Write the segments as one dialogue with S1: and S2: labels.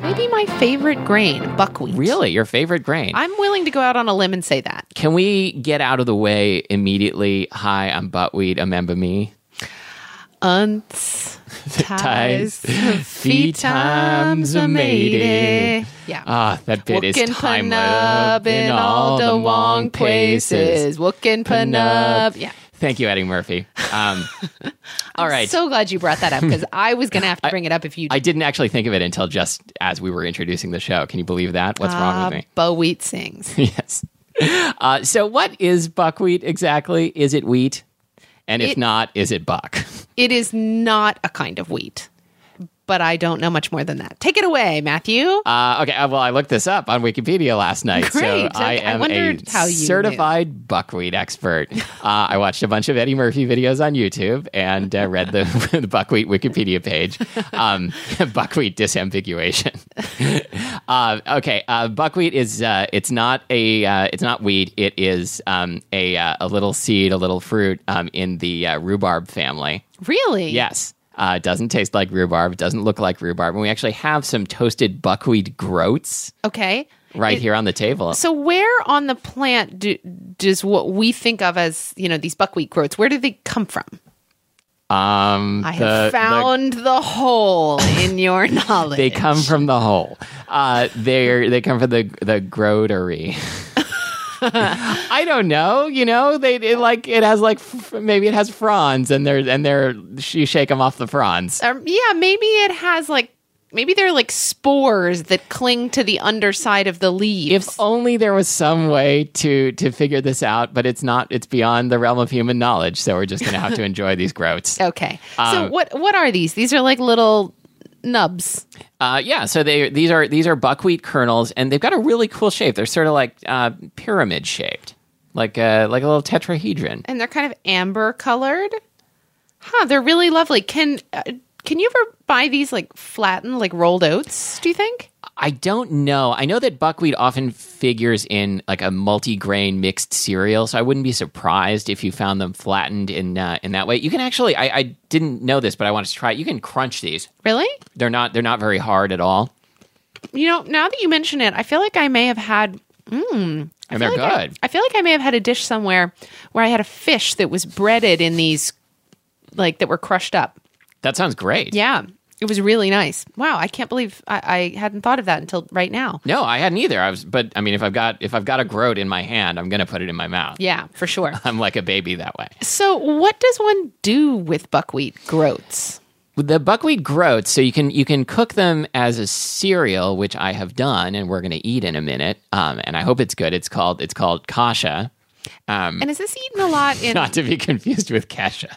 S1: maybe my favorite grain, buckwheat.
S2: Really, your favorite grain?
S1: I'm willing to go out on a limb and say that.
S2: Can we get out of the way immediately? Hi, I'm Buttweed. Remember me?
S1: Unts, ties,
S2: Ties, fee times a matey.
S1: Yeah.
S2: Ah, that bit
S1: Wookin'
S2: is timeless
S1: Panub in all the wrong places. Wookin' Panub. Yeah.
S2: Thank you, Eddie Murphy. Um, all right.
S1: So glad you brought that up because I was going to have to bring it up if you
S2: I didn't actually think of it until just as we were introducing the show. Can you believe that? What's wrong
S1: Um,
S2: with me?
S1: Bo Wheat uh, sings.
S2: Yes. Uh, so, what is buckwheat exactly? Is it wheat? And if
S1: It-
S2: not, is it buck?
S1: It is not a kind of wheat, but I don't know much more than that. Take it away, Matthew.
S2: Uh, okay, uh, well, I looked this up on Wikipedia last night, so
S1: Great.
S2: I
S1: Okay, I
S2: am a
S1: wondered how you knew.
S2: certified buckwheat expert. Uh, I watched a bunch of Eddie Murphy videos on YouTube and uh, read the, the buckwheat Wikipedia page. Um, buckwheat disambiguation. uh, okay, uh, buckwheat is uh, it's not a uh, it's not wheat. It is um, a uh, a little seed, a little fruit um, in the uh, rhubarb family.
S1: really?
S2: Yes. Uh, it doesn't taste like rhubarb. It doesn't look like rhubarb. And we actually have some toasted buckwheat groats
S1: Okay.
S2: right here on the table.
S1: So where on the plant do, does what we think of as, you know, these buckwheat groats, where do they come from?
S2: Um,
S1: I
S2: the-
S1: have
S2: the-
S1: found the, hole in your knowledge.
S2: they come from the hole. Uh, they they come from the the grotery. I don't know. You know, they it like it has like f- maybe it has fronds and they're and they're you shake them off the fronds.
S1: Um, yeah, maybe it has like maybe they're like spores that cling to the underside of the leaves.
S2: If only there was some way to to figure this out, but it's not. It's beyond the realm of human knowledge. So we're just gonna have to enjoy these groats.
S1: okay.
S2: Uh,
S1: so what what are these? These are like little nubs.
S2: Uh, yeah, so they these are these are buckwheat kernels, and they've got a really cool shape. They're sort of like uh, pyramid shaped, like a like a little tetrahedron.
S1: And they're kind of amber colored. Huh, they're really lovely. Can uh, can you ever buy these like flattened like rolled oats, do you think?
S2: I don't know. I know that buckwheat often figures in like a multi-grain mixed cereal, so I wouldn't be surprised if you found them flattened in uh, in that way. You can actually, I, I didn't know this, but I wanted to try it. You can crunch these.
S1: Really?
S2: They're not they're not very hard at all,
S1: You know, now that you mention it, I feel like I may have had
S2: and they're
S1: like I-
S2: good.
S1: I, feel like I may have had a dish somewhere where I had a fish that was breaded in these, like that were crushed up.
S2: that sounds great.
S1: Yeah, it was really nice. Wow, I can't believe I, I hadn't thought of that until right now.
S2: No, I hadn't either. I was, but I mean, if I've got if I've got a groat in my hand, I'm gonna put it in my mouth.
S1: Yeah, for sure.
S2: I'm like a baby that way.
S1: so, what does one do with buckwheat groats?
S2: The buckwheat groats, so you can you can cook them as a cereal, which I have done, and we're going to eat in a minute. Um, and I hope it's good. It's called it's called kasha, Um,
S1: And is this eaten a lot in?
S2: not to be confused with kasha.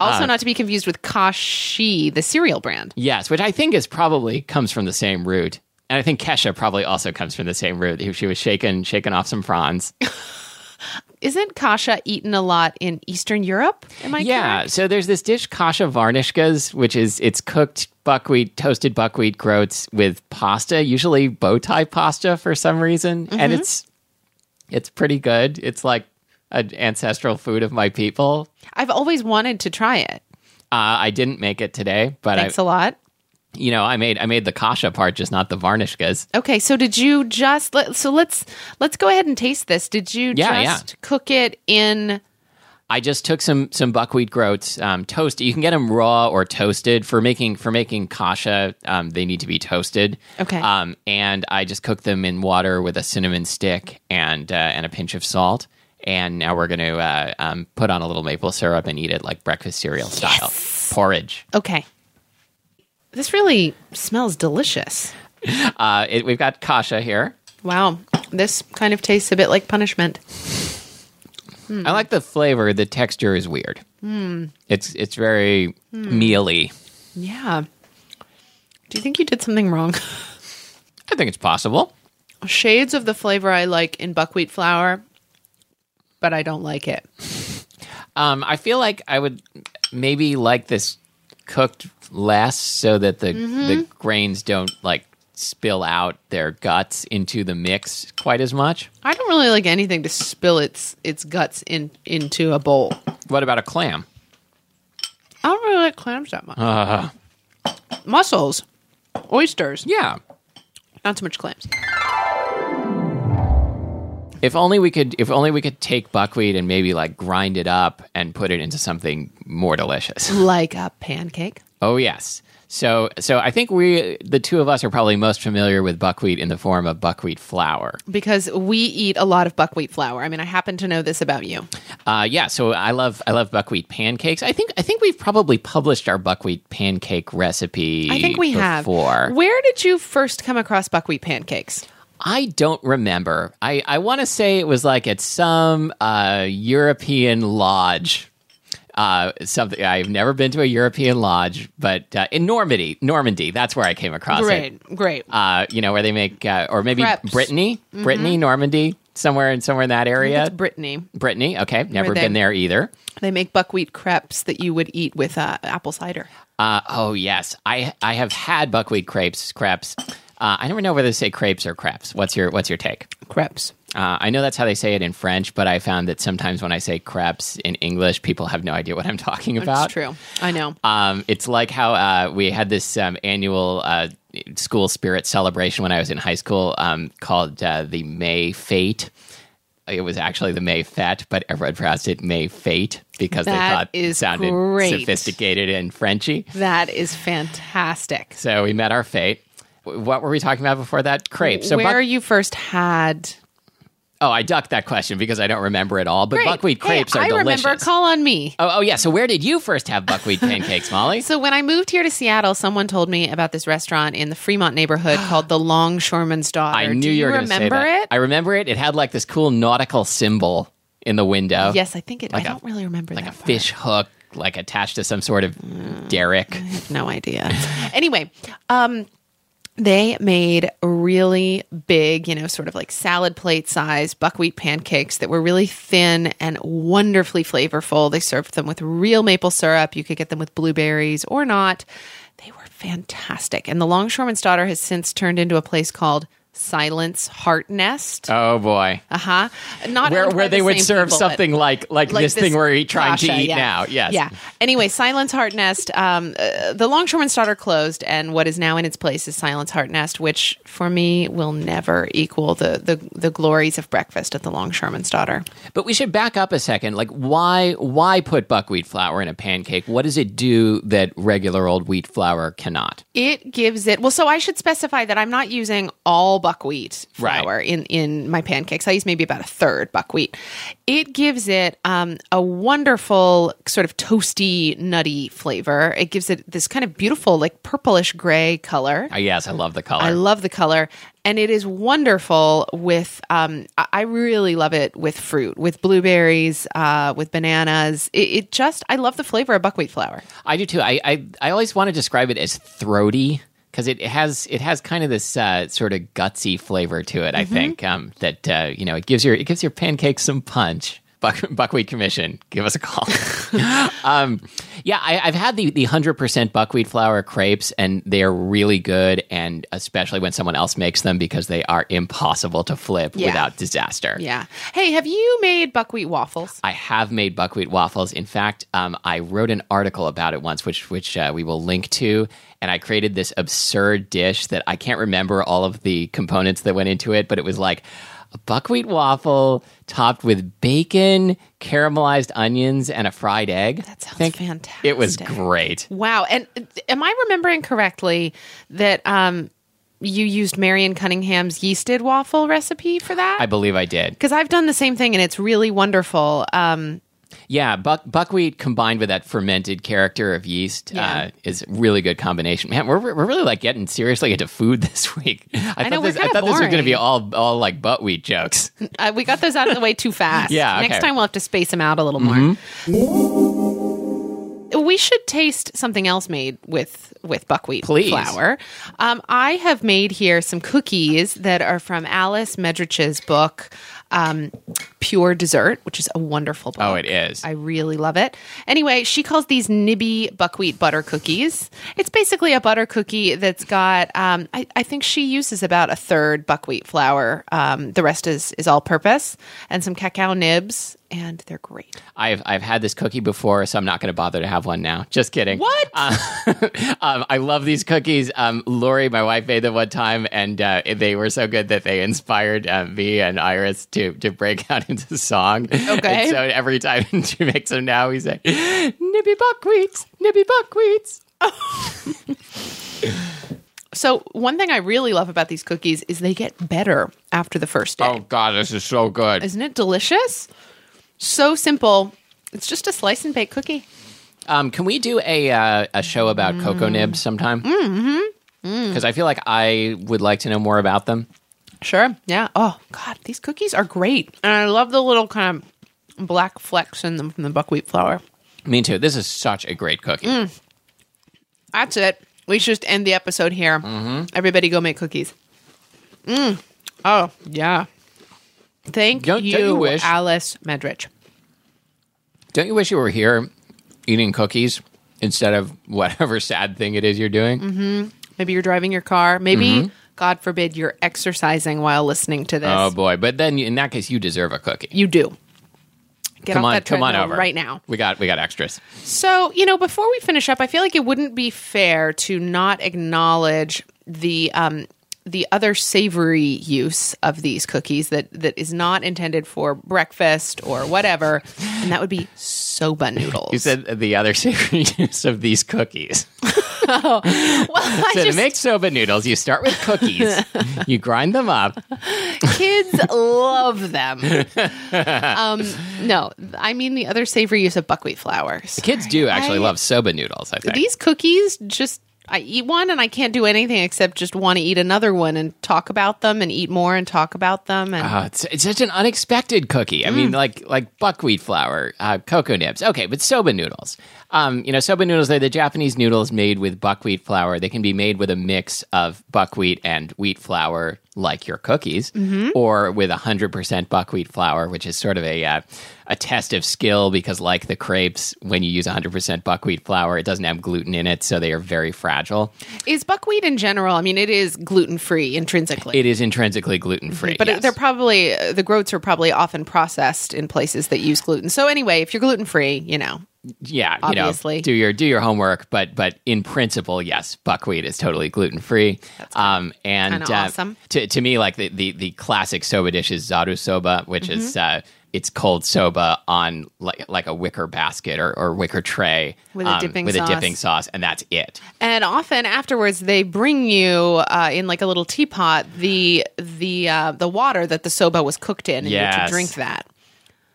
S2: Ah.
S1: also, not to be confused with Kashi, the cereal brand.
S2: Yes, which I think is probably comes from the same root, and I think kesha probably also comes from the same root. She was shaken shaken off some fronds.
S1: isn't kasha eaten a lot in Eastern Europe? Am I
S2: yeah,
S1: correct?
S2: so there's this dish kasha varnishkas, which is it's cooked buckwheat, toasted buckwheat groats with pasta, usually bow tie pasta for some reason,
S1: Mm-hmm.
S2: and it's it's pretty good. It's like an ancestral food of my people.
S1: I've always wanted to try it.
S2: Uh, I didn't make it today, but I,
S1: Thanks a lot.
S2: you know, I made I made the kasha part, just not the varnishkas.
S1: Okay, so did you just let, so let's let's go ahead and taste this. Did you
S2: Yeah,
S1: just cook it in
S2: I just took some some buckwheat groats, um, toasted. You can get them raw or toasted for making for making kasha. Um, they need to be toasted.
S1: Okay.
S2: Um, and I just cooked them in water with a cinnamon stick and uh, and a pinch of salt. And now we're going to uh, um, put on a little maple syrup and eat it like breakfast cereal style porridge.
S1: Okay. This really smells delicious.
S2: Uh, it, we've got kasha here.
S1: Wow. This kind of tastes a bit like punishment.
S2: I like the flavor. The texture is weird. It's it's very mealy.
S1: Yeah. Do you think you did something wrong?
S2: I think it's possible.
S1: Shades of the flavor I like in buckwheat flour, but I don't like it.
S2: Um, I feel like I would maybe like this cooked less so that the the grains don't like spill out their guts into the mix quite as much.
S1: I don't really like anything to spill its its guts in into a bowl.
S2: What about a clam?
S1: I don't really like clams that much. Mussels, oysters,
S2: Yeah.
S1: not so much clams.
S2: If only we could if only we could take buckwheat and maybe like grind it up and put it into something more delicious.
S1: Like a pancake.
S2: Oh yes. So so I think we the two of us are probably most familiar with buckwheat in the form of buckwheat flour.
S1: Because we eat a lot of buckwheat flour. I mean, I happen to know this about you.
S2: Uh, yeah, so I love I love buckwheat pancakes. I think I think we've probably published our buckwheat pancake recipe.
S1: I think we have.
S2: before.
S1: Where did you first come across buckwheat pancakes?
S2: I don't remember. I I want to say it was like at some uh, European lodge. Uh, something I've never been to a European lodge, but uh, in Normandy, Normandy, that's where I came across it.
S1: Great, great.
S2: Uh, you know where they make, uh, or maybe
S1: Crepes. Mm-hmm.
S2: Brittany, Brittany, Normandy, somewhere in somewhere in that area.
S1: It's Brittany.
S2: Brittany, okay, never
S1: they-
S2: been there either.
S1: They make buckwheat crepes that you would eat with uh, apple cider.
S2: Uh, oh yes, I I have had buckwheat crepes. Crepes. Uh, I never know whether to say crepes or crepes. What's your What's your take?
S1: Crepes.
S2: Uh, I know that's how they say it in French, but I found that sometimes when I say crepes in English, people have no idea what I'm talking about.
S1: It's true. I know.
S2: Um, it's like how uh, we had this um, annual uh, school spirit celebration when I was in high school um, called uh, the May Fete. It was actually the May Fete, but everyone pronounced it May Fete because
S1: That
S2: they thought it
S1: is
S2: sounded
S1: great.
S2: sophisticated and Frenchy.
S1: That is fantastic.
S2: So we met our fate. W- What were we talking about before that? Crepes. So
S1: Where
S2: buck-
S1: you first had
S2: oh, I ducked that question because I don't remember it all. But
S1: Great.
S2: buckwheat
S1: Hey,
S2: crepes are
S1: I
S2: delicious.
S1: remember. Call on me.
S2: oh, oh yeah. So where did you first have buckwheat pancakes, Molly?
S1: So when I moved here to Seattle, someone told me about this restaurant in the Fremont neighborhood called the Longshoreman's Daughter.
S2: I knew
S1: Do
S2: you were going to say
S1: remember
S2: that.
S1: it.
S2: I remember it. It had like this cool nautical symbol in the window.
S1: yes, I think it.
S2: uh, Like
S1: I
S2: a-
S1: don't really remember
S2: like
S1: that
S2: a
S1: part.
S2: fish hook, like attached to some sort of derrick.
S1: no idea. anyway, um, they made really big, you know, sort of like salad plate size buckwheat pancakes that were really thin and wonderfully flavorful. They served them with real maple syrup. You could get them with blueberries or not. They were fantastic. And the Longshoreman's Daughter has since turned into a place called Silence Heart Nest.
S2: Oh boy.
S1: Uh huh. Not
S2: where
S1: owned by
S2: where
S1: the
S2: they would
S1: same
S2: serve
S1: people, but-
S2: something like, like this, thing we're eat- trying to
S1: Kasha,
S2: eat
S1: yeah.
S2: now. Yes.
S1: Yeah. Anyway, Silence Heart Nest. Um, uh, the Longshoreman's Daughter closed, and what is now in its place is Silence Heart Nest, which for me will never equal the the, the glories of breakfast at the Longshoreman's Daughter.
S2: But we should back up a second. Like, why why put buckwheat flour in a pancake? What does it do that regular old wheat flour cannot?
S1: It gives it well. So I should specify that I'm not using all buckwheat
S2: Right.
S1: flour in in my pancakes. I use maybe about a third buckwheat. It gives it um, a wonderful sort of toasty, nutty flavor. It gives it this kind of beautiful, like purplish gray color.
S2: Ah, yes, I love the color.
S1: I love the color, and it is wonderful with. Um, I- I really love it with fruit, with blueberries, uh, with bananas. It, it just, I love the flavor of buckwheat flour.
S2: I do too. I, I, I always want to describe it as throaty because it has it has kind of this uh, sort of gutsy flavor to it. I think um, that uh, you know it gives your it gives your pancakes some punch. Buck, buckwheat Commission, give us a call. um, yeah, I, I've had the the hundred percent buckwheat flour crepes, and they are really good, and especially when someone else makes them because they are impossible to flip
S1: Yeah.
S2: without disaster.
S1: Yeah. Uh, Hey, have you made buckwheat waffles?
S2: I have made buckwheat waffles. In fact, um, I wrote an article about it once, which which uh, we will link to. And I created this absurd dish that I can't remember all of the components that went into it, but it was like a buckwheat waffle topped with bacon, caramelized onions, and a fried egg. That
S1: sounds
S2: It was
S1: fantastic.
S2: great.
S1: Wow. And uh, am I remembering correctly that um, you used Marion Cunningham's yeasted waffle recipe for
S2: I
S1: that?
S2: believe I did.
S1: Because I've done the same thing and it's really wonderful. Um,
S2: Yeah, buck, buckwheat combined with that fermented character of yeast
S1: Yeah.
S2: uh, is a really good combination. Man, we're, we're really like getting seriously into food this week. I, thought,
S1: know, we're
S2: this, I
S1: kinda
S2: thought this was going to be
S1: boring.
S2: all all like buckwheat jokes.
S1: uh, we got those out of the way too fast.
S2: Yeah,
S1: Next
S2: okay. Mm-hmm.
S1: time we'll have to space them out a little more. We should taste something else made with with buckwheat
S2: Please.
S1: flour. Um, I have made here some cookies that are from Alice Medrich's book, um, Pure Dessert, which is a wonderful book.
S2: Oh, it is.
S1: I really love it. Anyway, she calls these nibby buckwheat butter cookies. It's basically a butter cookie that's got. Um, I, I think she uses about a third buckwheat flour. Um, the rest is is all purpose and some cacao nibs, and they're great.
S2: I've I've had this cookie before, so I'm not going to bother to have one now. Just kidding.
S1: What?
S2: um, I love these cookies. Um, Lori, my wife, made them one time, and uh, they were so good that they inspired uh, me and Iris to to break out into song.
S1: Okay.
S2: And so every time she makes them now, we say, "Nibby buckwheats, nibby buckwheats."
S1: so one thing I really love about these cookies is they get better after the first day.
S2: Oh, God, this is so good.
S1: Isn't it delicious? So simple. It's just a slice and bake cookie.
S2: Um, can we do a uh, a show about cocoa nibs sometime? Mm-hmm. Because I feel like I would like to know more about them.
S1: Sure. Yeah. Oh God, these cookies are great, and I love the little kind of black flecks in them from the buckwheat flour.
S2: Me too. This is such a great cookie.
S1: That's it. We should just end the episode here.
S2: Mm-hmm.
S1: Everybody, go make cookies. Mm. Oh yeah. Thank
S2: Don't- don't
S1: you,
S2: you wish-
S1: Alice Medrich.
S2: Don't you wish you were here eating cookies instead of whatever sad thing it is you're doing?
S1: Mm-hmm. Maybe you're driving your car. Maybe,
S2: Mm-hmm.
S1: God forbid, you're exercising while listening to this.
S2: Oh boy! But then in that case, you deserve a cookie.
S1: you do. Get
S2: come
S1: off
S2: on,
S1: that
S2: come on
S1: treadmill
S2: over
S1: right now.
S2: We got we got extras.
S1: So, you know, before we finish up, I feel like it wouldn't be fair to not acknowledge the um the other savory use of these cookies that that is not intended for breakfast or whatever, and that would be soba noodles.
S2: You said the other secret use of these cookies.
S1: well, I
S2: So to
S1: just,
S2: make soba noodles, you start with cookies, you grind them up.
S1: kids love them. Um, no, I mean the other savory use of buckwheat flour.
S2: Kids do actually
S1: I-
S2: love soba noodles. I think.
S1: These cookies just I eat one and I can't do anything except just want to eat another one and talk about them and eat more and talk about them and
S2: Uh, it's, it's such an unexpected cookie. I
S1: Mm.
S2: mean, like like buckwheat flour, uh, cocoa nibs. Okay, but soba noodles. Um, you know, soba noodles, they're the Japanese noodles made with buckwheat flour. They can be made with a mix of buckwheat and wheat flour, like your cookies,
S1: Mm-hmm.
S2: or with 100% buckwheat flour, which is sort of a, uh, a test of skill because, like the crepes, when you use 100% buckwheat flour, it doesn't have gluten in it, so they are very fragile.
S1: Is buckwheat in general? I mean, it is gluten free intrinsically,
S2: It is intrinsically gluten free.
S1: but they're probably uh, the groats are probably often processed in places that use gluten. So anyway, if you're gluten free, you know,
S2: yeah, you
S1: Obviously.
S2: know, do your do your homework, but but in principle, yes, buckwheat is totally gluten free. Um, and
S1: Kinda awesome.
S2: To to me, like the the, the classic soba dish is zaru soba, which is
S1: Mm-hmm.
S2: uh, it's cold soba on like like a wicker basket or, or wicker tray um,
S1: With a dipping
S2: with
S1: sauce.
S2: a dipping sauce, and that's it.
S1: and often afterwards they bring you uh, in like a little teapot the the uh, the water that the soba was cooked in, and you have
S2: Yes.
S1: to drink that.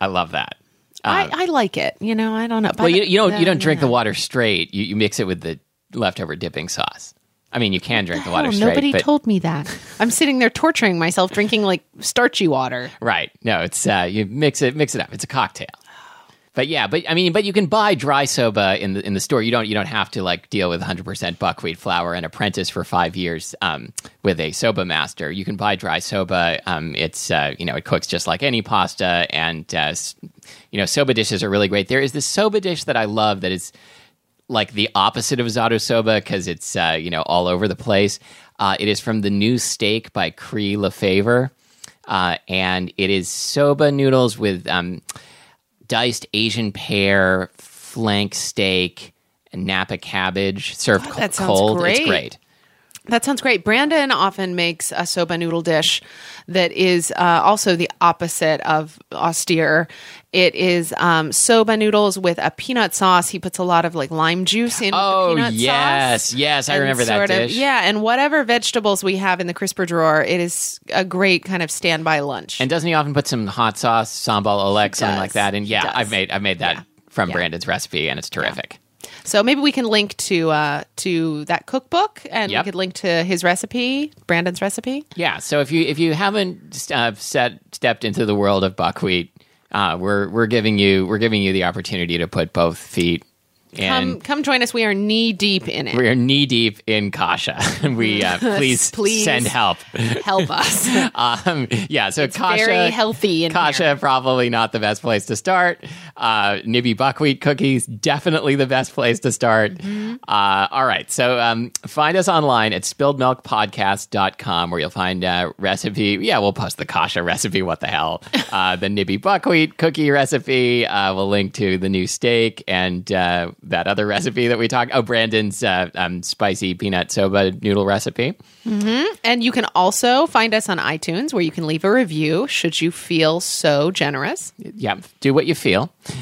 S2: I love that.
S1: I, I like it. You know, I don't know.
S2: Well, you, you don't you don't drink the water straight. You, you mix it with the leftover dipping sauce. I mean, you can drink the, water straight.
S1: Oh, nobody
S2: but-
S1: told me that. I'm sitting there torturing myself, drinking like starchy water.
S2: Right. No, it's uh, you mix it mix it up. It's a cocktail. But yeah, but I mean, but you can buy dry soba in the in the store. You don't you don't have to like deal with 100% buckwheat flour and apprentice for five years um, with a soba master. You can buy dry soba. Um, it's uh, you know it cooks just like any pasta, and uh, s- you know soba dishes are really great. There is this soba dish that I love that is like the opposite of Zato Soba because it's uh, you know all over the place. Uh, it is from the new steak by Cree Lefevre, uh, and it is soba noodles with um, diced Asian pear, flank steak, and Napa cabbage served co-
S1: that sounds
S2: cold.
S1: great.
S2: It's great.
S1: That sounds great. Brandon often makes a soba noodle dish that is uh, also the opposite of austere. It is um, soba noodles with a peanut sauce. He puts a lot of like lime juice in.
S2: Oh,
S1: with the peanut
S2: yes.
S1: sauce
S2: Yes, I
S1: and
S2: remember that
S1: sort of-
S2: dish.
S1: yeah, and whatever vegetables we have in the crisper drawer, it is a great kind of standby lunch.
S2: And doesn't he often put some hot sauce, sambal oleg, something
S1: does.
S2: like that? And
S1: He
S2: yeah,
S1: does.
S2: I've made I've made that from Brandon's recipe, and it's terrific.
S1: so maybe we can link to uh, to that cookbook, and
S2: Yep.
S1: we could link to his recipe, Brandon's recipe.
S2: Yeah. So if you if you haven't uh, set stepped into the world of buckwheat, uh, we're we're giving you we're giving you the opportunity to put both feet
S1: Come,
S2: in.
S1: come join us. We are knee deep in it.
S2: we are knee deep in kasha. we uh, please,
S1: Please.
S2: send help.
S1: Help us.
S2: Um, yeah. So kasha
S1: very healthy in
S2: Kasha
S1: here.
S2: probably not the best place to start. Uh, Nibby buckwheat cookies definitely the best place to start. Uh, all right, so um, find us online at spilledmilkpodcast.com where you'll find uh, recipe. Yeah, we'll post the Kasha recipe. What the hell? Uh, the Nibby buckwheat cookie recipe. Uh, we'll link to the new steak and uh, that other recipe that we talked. Oh, Brandon's uh, um, spicy peanut soba noodle recipe.
S1: And you can also find us on iTunes where you can leave a review should you feel so generous.
S2: Yeah, do what you feel.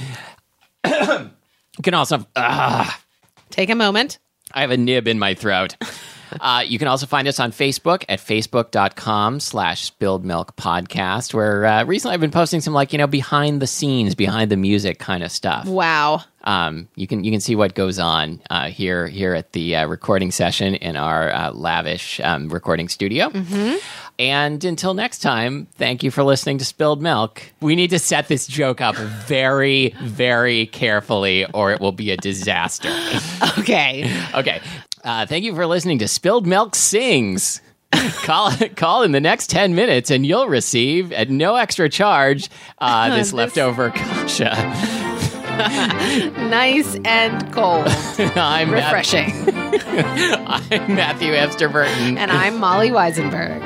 S2: you can also.
S1: Take a moment.
S2: I have a nib in my throat. Uh, you can also find us on Facebook at facebook.com slash spilled milk podcast, where uh, recently I've been posting some like, you know, behind the scenes, behind the music kind of stuff.
S1: Wow.
S2: Um, you can you can see what goes on uh, here here at the uh, recording session in our uh, lavish um, recording studio. And until next time, thank you for listening to Spilled Milk. We need to set this joke up very, very carefully, or it will be a disaster.
S1: Okay.
S2: Okay. Uh, thank you for listening to Spilled Milk Sings. call call in the next 10 minutes and you'll receive at no extra charge uh, this,
S1: This-
S2: leftover kasha.
S1: nice and cold.
S2: I'm, Matt-
S1: Refreshing.
S2: I'm Matthew Ebster Burton.
S1: and I'm Molly Weisenberg.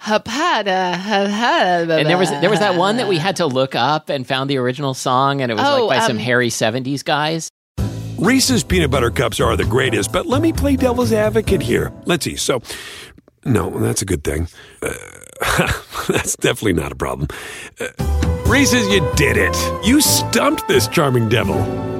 S1: Hapada, hapada.
S2: And there was there was that one that we had to look up and found the original song and it was
S1: Oh,
S2: like by some
S1: um,
S2: hairy 70s guys.
S3: Reese's peanut butter cups are the greatest, but let me play devil's advocate here. Let's see. So, no, that's a good thing. Uh, that's definitely not a problem. Uh, Reese's, you did it. You stumped this charming devil.